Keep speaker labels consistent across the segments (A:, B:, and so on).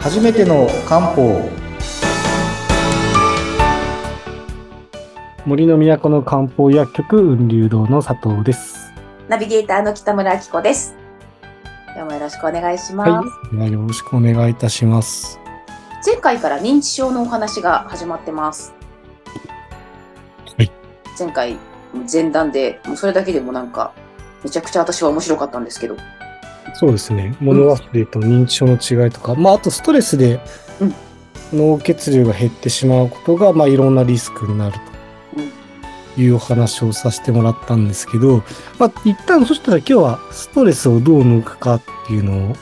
A: 初めての漢方
B: 森の都の漢方薬局雲流堂の佐藤です。
C: ナビゲーターの北村明子です。今日もよろしくお願いしま
B: は
C: す。
B: い、ではよろしくお願いいたします。
C: 前回から認知症のお話が始まってます。
B: はい。
C: 前回前段でもうそれだけでもなんかめちゃくちゃ私は面白かったんですけど。
B: そうですね。物忘れと認知症の違いとか、まああとストレスで
C: うん
B: 脳血流が減ってしまうことが、まあいろんなリスクになる
C: うん。
B: というお話をさせてもらったんですけど、まあ一旦そしたら今日はストレスをどう抜くかっていうのを
C: うんうん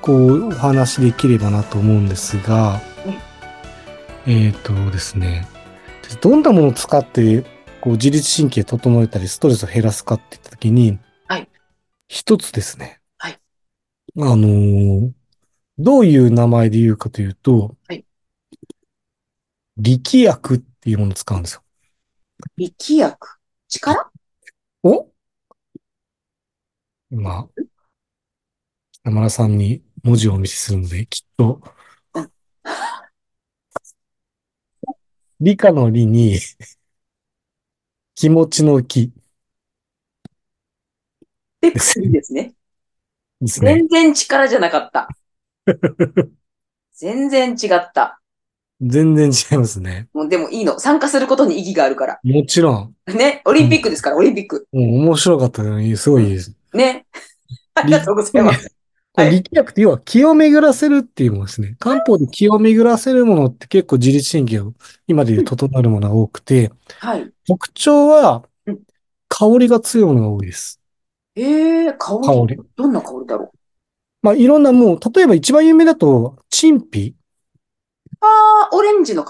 B: こうお話しできればなと思うんですが
C: ね、
B: えっ、とですね、どんなものを使ってこう自律神経整えたりストレスを減らすかって言った時に、
C: はい
B: 一つですね、
C: はい
B: あのーどういう名前で言うかというと、
C: はい
B: 力薬っていうものを使うんですよ。
C: 力薬力
B: お今、北村さんに文字をお見せするので、きっと
C: うん、
B: 理科の理に、気持ちの気
C: で薬ですね。
B: ですね。
C: 全然力じゃなかった。全然違った。
B: 全然違いますね。
C: もうでもいいの。参加することに意義があるから。
B: もちろん、
C: ね。オリンピックですから、オリンピック。
B: もう面白かったのに、すごいです。
C: ね。ありがとうございます。
B: こ
C: は
B: れ
C: い
B: 力学って要は気を巡らせるっていうものですね。漢方で気を巡らせるものって結構自律神経を今で言う整えるものが多くて、
C: はい。
B: 特徴は
C: うん、
B: 香りが強いものが多いです。
C: えー、香り。
B: 香り。
C: どんな香りだろう
B: まあ、いろんなもう、例えば一番有名だと、陳皮。
C: あー、オレンジの皮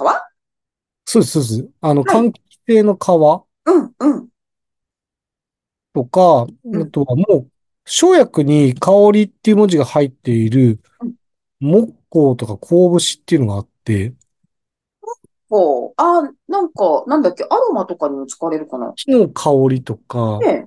B: そうです、そうです。あの、柑橘系の皮と
C: うん、うん。
B: か、
C: うん
B: あとはもう、生薬に香りっていう文字が入っている
C: うん、
B: 木香とか香節っていうのがあって、
C: ほう。あー、なんか、なんだっけ、アロマとかにも使われるかな。
B: 木の香りとか、
C: ねえ。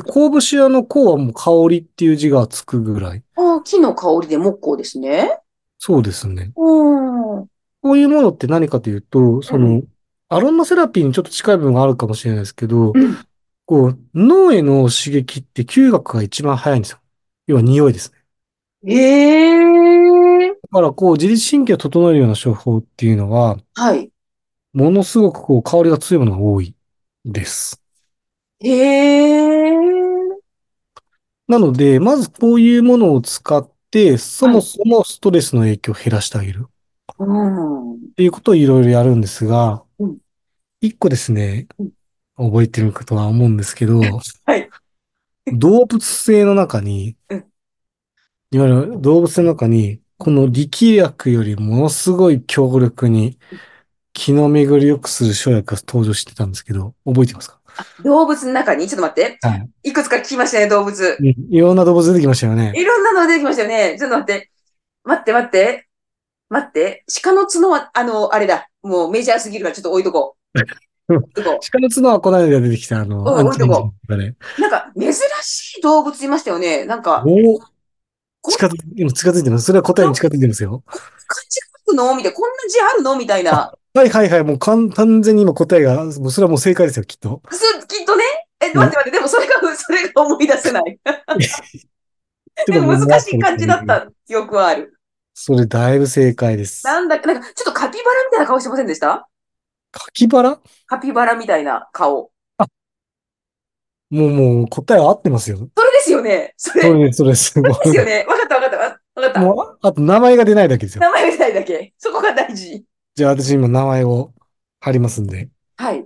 B: で、香節屋の香はもう香りっていう字がつくぐらい。
C: あー、木の香りで木工ですね。
B: そうですね。
C: うーん。
B: こういうものって何かというと、そうの、アロマセラピーにちょっと近い部分があるかもしれないですけど
C: うん、
B: こう、脳への刺激って嗅覚が一番早いんですよ。要は匂いですね。
C: ええー。
B: だからこう、自律神経を整えるような処方っていうのは、
C: はい。
B: ものすごくこう、香りが強いものが多いです。
C: ええー。
B: なので、まずこういうものを使って、そもそもストレスの影響を減らしてあげる。
C: うん。
B: っていうことをいろいろやるんですが
C: うん、
B: 一個ですね
C: うん、
B: 覚えてることは思うんですけど、
C: はい
B: 動物性の中に
C: うん、
B: いわゆる動物性の中に、この力薬よりものすごい強力に気の巡りを良くする生薬が登場してたんですけど、覚えてますか
C: 動物の中に、ちょっと待って。
B: はい。
C: いくつか聞きましたね、動物。
B: いろんな動物出てきましたよね。
C: いろんなの出てきましたよね。ちょっと待って。待って、待って。待って。鹿の角は、あの、あれだ。もうメジャーすぎるから、ちょっと置いとこ う。置いとこう。
B: 鹿の角はこの間出てきた、あの、
C: お
B: アンチエイジング
C: お
B: とかね。
C: なんか、珍しい動物いましたよね。なんか、
B: お近づいて、今近づいてます。それは答えに近づいてるんですよ。
C: 感じ書くのみたいな、こんな字あるのみたいな。
B: はいはいはい、もう完完全に今答えが、もうそれはもう正解ですよ、きっと。
C: すきっとね。え、
B: うん
C: 待って待って、でもそれが、それが思い出せない。でも難しい感じだっ。た記憶はある。
B: それだいぶ正解です。
C: なんだっけ、なんか、ちょっとカピバラみたいな顔してませんでした
B: カキバラ
C: カピバラみたいな顔。
B: もうもう答えは合ってますよ。
C: それですよね。それ
B: そ
C: で
B: れです、それです。も
C: すよね。わかったわかったわわかった。
B: う、ああと名前が出ないだけですよ。
C: 名前みたいだけ。そこが大事。
B: じゃあ私今名前を貼りますんで。
C: はい。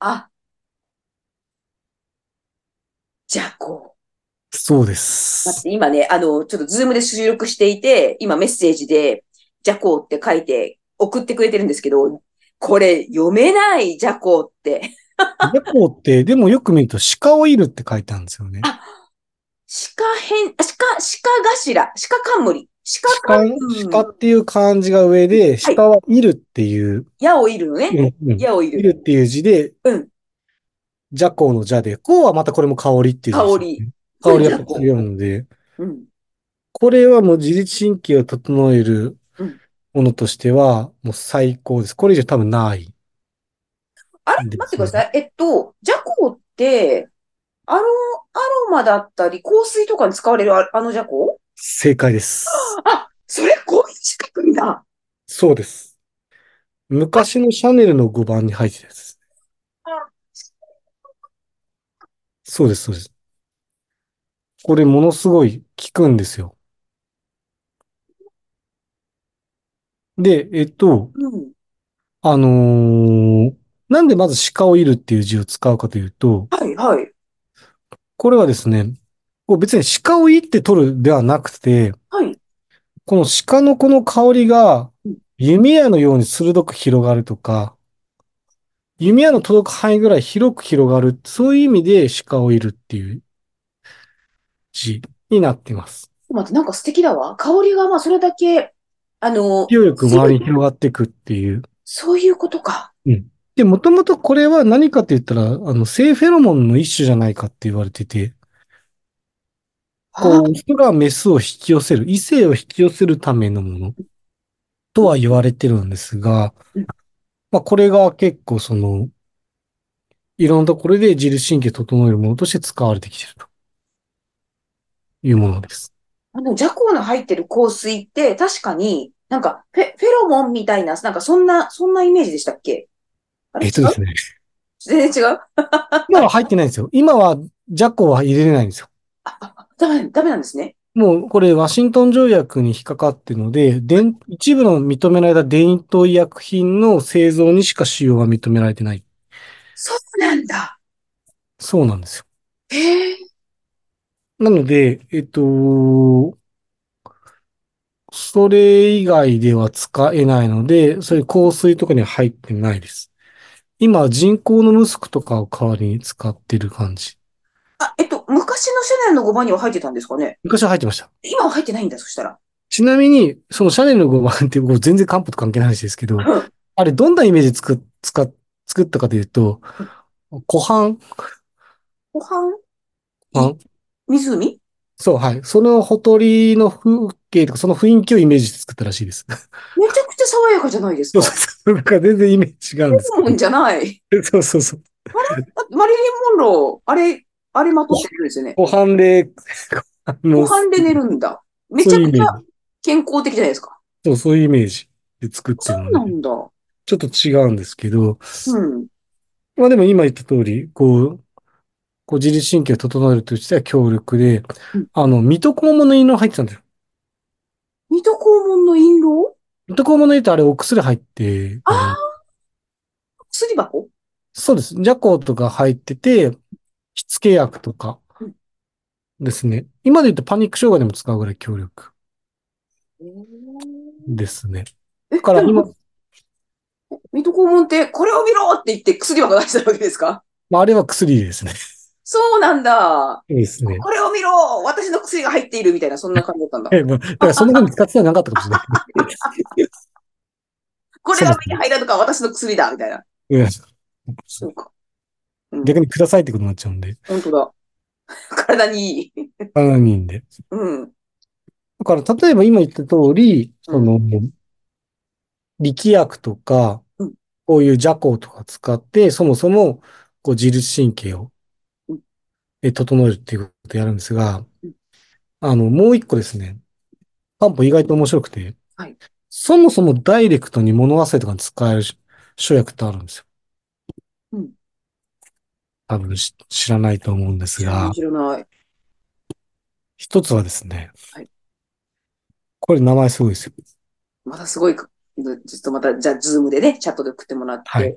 C: あ。じゃこう。
B: そうで
C: 待っ
B: す。
C: て、今ね、あの、ちょっとズームで収録していて、今メッセージで、じゃこうって書いて送ってくれてるんですけど、これ読めない、じゃこうって。
B: 猫って、でもよく見ると鹿オイルって書いてあるんですよね。
C: あ鹿編、鹿、鹿頭、鹿冠、鹿
B: 鹿
C: 冠、
B: 鹿っていう漢字が上で、
C: はい
B: 鹿はいるっていう、
C: 矢をいるのね。
B: うんうん
C: 矢をい
B: い
C: る。
B: るっていう字で、
C: うん
B: じゃこうのじゃで、こうはまたこれも香りっていう字ですよね、
C: 香り
B: 香りが強いので、
C: うん。
B: これはもう自律神経を整える
C: うん
B: ものとしては、もう最高です。これ以上多分ない。
C: あれ、
B: で
C: 待ってください。えっと、ジャコって、アロ、アロマだったり、香水とかに使われるああのジャコ
B: 正解です。
C: あ、それこういう資格んだ。
B: そうです。昔のシャネルの5番に入ってたやつです。そうです、そうです。これものすごい効くんですよ。で、えっと、
C: うん。
B: あのーなんでまず鹿をいるっていう字を使うかというと、
C: はい、はい。
B: これはですね、こう別に鹿をいって取るではなくて、
C: はい。
B: この鹿のこの香りが
C: うん
B: 弓矢のように鋭く広がるとか、弓矢の届く範囲ぐらい広く広がる、そういう意味で鹿をいるっていう字になっています。
C: 待って、なんか素敵だわ。香りが、まあ、それだけ、あの、
B: 勢力周りに広がっていくっていう。
C: そういうことか。
B: で、もともとこれは何かって言ったら、あの、性フェロモンの一種じゃないかって言われてて、こ
C: あ
B: う、オスがメスを引き寄せる、異性を引き寄せるためのものとは言われてるんですが
C: うん、
B: まあ、これが結構その、いろんなところで自律神経整えるものとして使われてきてるというものです。
C: あの、ジャコの入ってる香水って、確かに、なんかフェ、フェロモンみたいな、なんかそんな、そんなイメージでしたっけあれ
B: えっとですね、
C: 全然違う
B: 今は入ってないんですよ。今は、ジャコは入れれないんですよ。
C: ああ、ダメ、ダメなんですね。
B: もうこれ、ワシントン条約に引っかかってるので、伝一部の認められた伝統医薬品の製造にしか使用が認められてない。
C: そうなんだ。
B: そうなんですよ。
C: へえ。
B: なので、えっと、それ以外では使えないので、そういう香水とかには入ってないです。今、人工のムスクとかを代わりに使ってる感じ。
C: あ、えっと、昔のシャネルの5番には入ってたんですかね
B: 昔は入ってました。
C: 今は入ってないんだ、そしたら。
B: ちなみに、そのシャネルの5番って、こう全然漢方と関係ない話ですけど、
C: ん
B: あれ、どんなイメージで作っ、使っ、作ったかというと、湖畔、
C: ご飯
B: あ
C: 湖
B: そう、はい。そのほとりの風景とか、その雰囲気をイメージして作ったらしいです。
C: めちゃくちゃ爽やかじゃないです
B: そう
C: か。
B: そう、なんか全然イメージ違うんです
C: フェロモンじゃない。
B: けど。 そうそうそう。
C: あマリリン・モンロー、あれ、あれまとってるんですよね。
B: ご飯で、 ご
C: ご
B: 飯
C: 飯で寝るんだ。めち
B: そ
C: ゃ
B: ういうイ
C: く
B: メ
C: ちゃ
B: ージ。
C: 健康的じゃないですか。
B: そう、そういうイメージで作って
C: そ
B: る
C: う
B: の
C: な
B: で、
C: んだ。う
B: ちょっと違うんですけど、
C: ん。
B: まあでも今言った通り、こう、こう自律神経を整えるとしては強力で
C: うん、
B: あの、ミトコンモの印籠入ってたんですよ。
C: 水戸黄門の印籠
B: ミトコンモの印ってあれお薬入って、
C: あ薬箱
B: そうです。ジャコとか入ってて、しつけ薬とか
C: うん
B: ですね。今で言うとパニック障害でも使うぐらい強力ですね。
C: え、
B: だから今、
C: 水戸黄門って、これを見ろって言って薬箱出してるわけですか
B: まああれは薬ですね。
C: そうなんだ。
B: そうですね。
C: これを見ろ私の薬が入っているみたいな、そんな感じだったんだ。
B: え、まあ、だからそんな風に使ってたらなかったかもしれない
C: これが目に入らぬから私の薬だみたいな。
B: けどうん。
C: そうか。うん、
B: 逆にくださいってことになっちゃうんで、
C: 本当だ。 体にいい。
B: 7人で。
C: うん。
B: だから、例えば今言った通り、その、力薬とか
C: うん、
B: こういう邪行とか使って、そもそも、こう、自律神経を
C: うん、
B: え、整えるっていうことをやるんですが
C: うん、
B: あの、もう一個ですね。漢方意外と面白くて
C: はい、
B: そもそもダイレクトに物忘れとかに使える生薬ってあるんですよ。
C: うん
B: 多分し知らないと思うんですが
C: 面、白ない。
B: 一つはですね
C: はい、
B: これ名前すごいですよ。
C: またすごい、ずずっとまた、じゃあ、ズームでね、チャットで送ってもらって。
B: はい。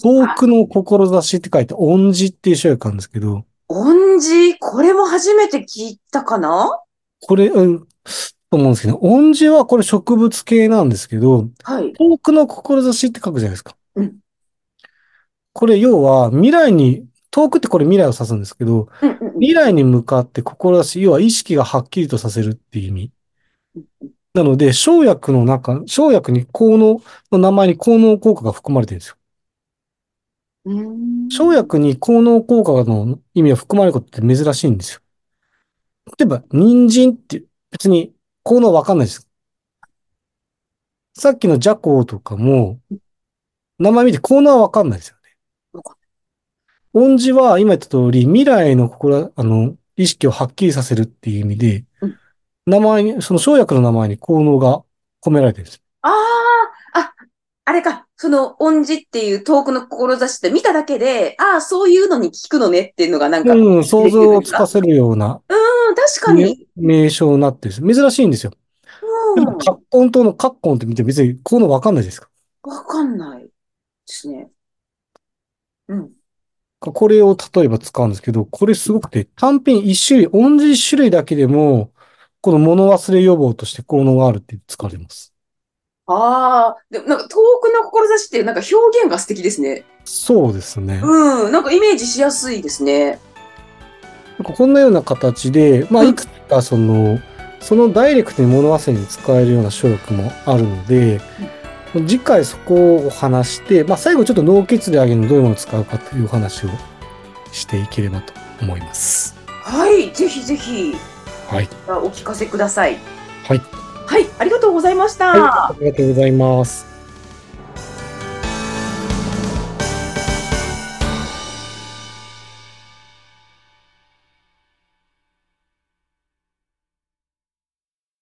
B: 遠くの志って書いて、恩字っていう書薬なんですけど、
C: 恩字、これも初めて聞いたかな
B: これ、うん、と思うんですけど、恩字はこれ植物系なんですけど、
C: はい。
B: 遠くの志って書くじゃないですか。
C: うん
B: これ要は未来に、遠くってこれ未来を指すんですけど、
C: うんうんうん
B: 未来に向かって志、要は意識がはっきりとさせるっていう意味
C: うん。
B: なので、生薬の中、生薬に効能の名前に効能効果が含まれてるんですよ。
C: うーん。
B: 生薬に効能効果の意味が含まれることって珍しいんですよ。例えば、人参って別に効能わかんないです。さっきのジャコウとかも、名前見て効能はわかんないですよね
C: わか。
B: 音字は今言った通り、未来の心、あの、意識をはっきりさせるっていう意味で
C: うん、
B: 名前に、その生薬の名前に効能が込められてるんです。
C: ああ、あ、あれか、その、恩字っていう遠くの志って見ただけで、ああ、そういうのに聞くのねっていうのがなんか、うん、
B: うん、想像をつかせるような
C: 確かに。
B: 名称になってるんです。珍しいんですよ。
C: う
B: で
C: ん、
B: も、カッコン島のカッコンって見て別に効能わかんないですか。
C: わかんないですね。うん。
B: これを例えば使うんですけど、これすごくて、単品一種類、同じ種類だけでも、この物忘れ予防として効能があるって使われます。
C: ああ、でもなんか遠くの志っていうなんか表現が素敵ですね。
B: そうですね。
C: うん、なんかイメージしやすいですね。
B: なんかこんなような形で、まあ、
C: うん
B: いくつかその、そのダイレクトに物忘れに使えるような書力もあるので、次回そこを話して、まあ、最後ちょっと脳血流上げのどういうものを使うかというお話をしていければと思います。
C: はい、ぜひぜひ、
B: はい。
C: お聞かせください。
B: はい。
C: はい、ありがとうございました。
B: はい、ありがとうございます。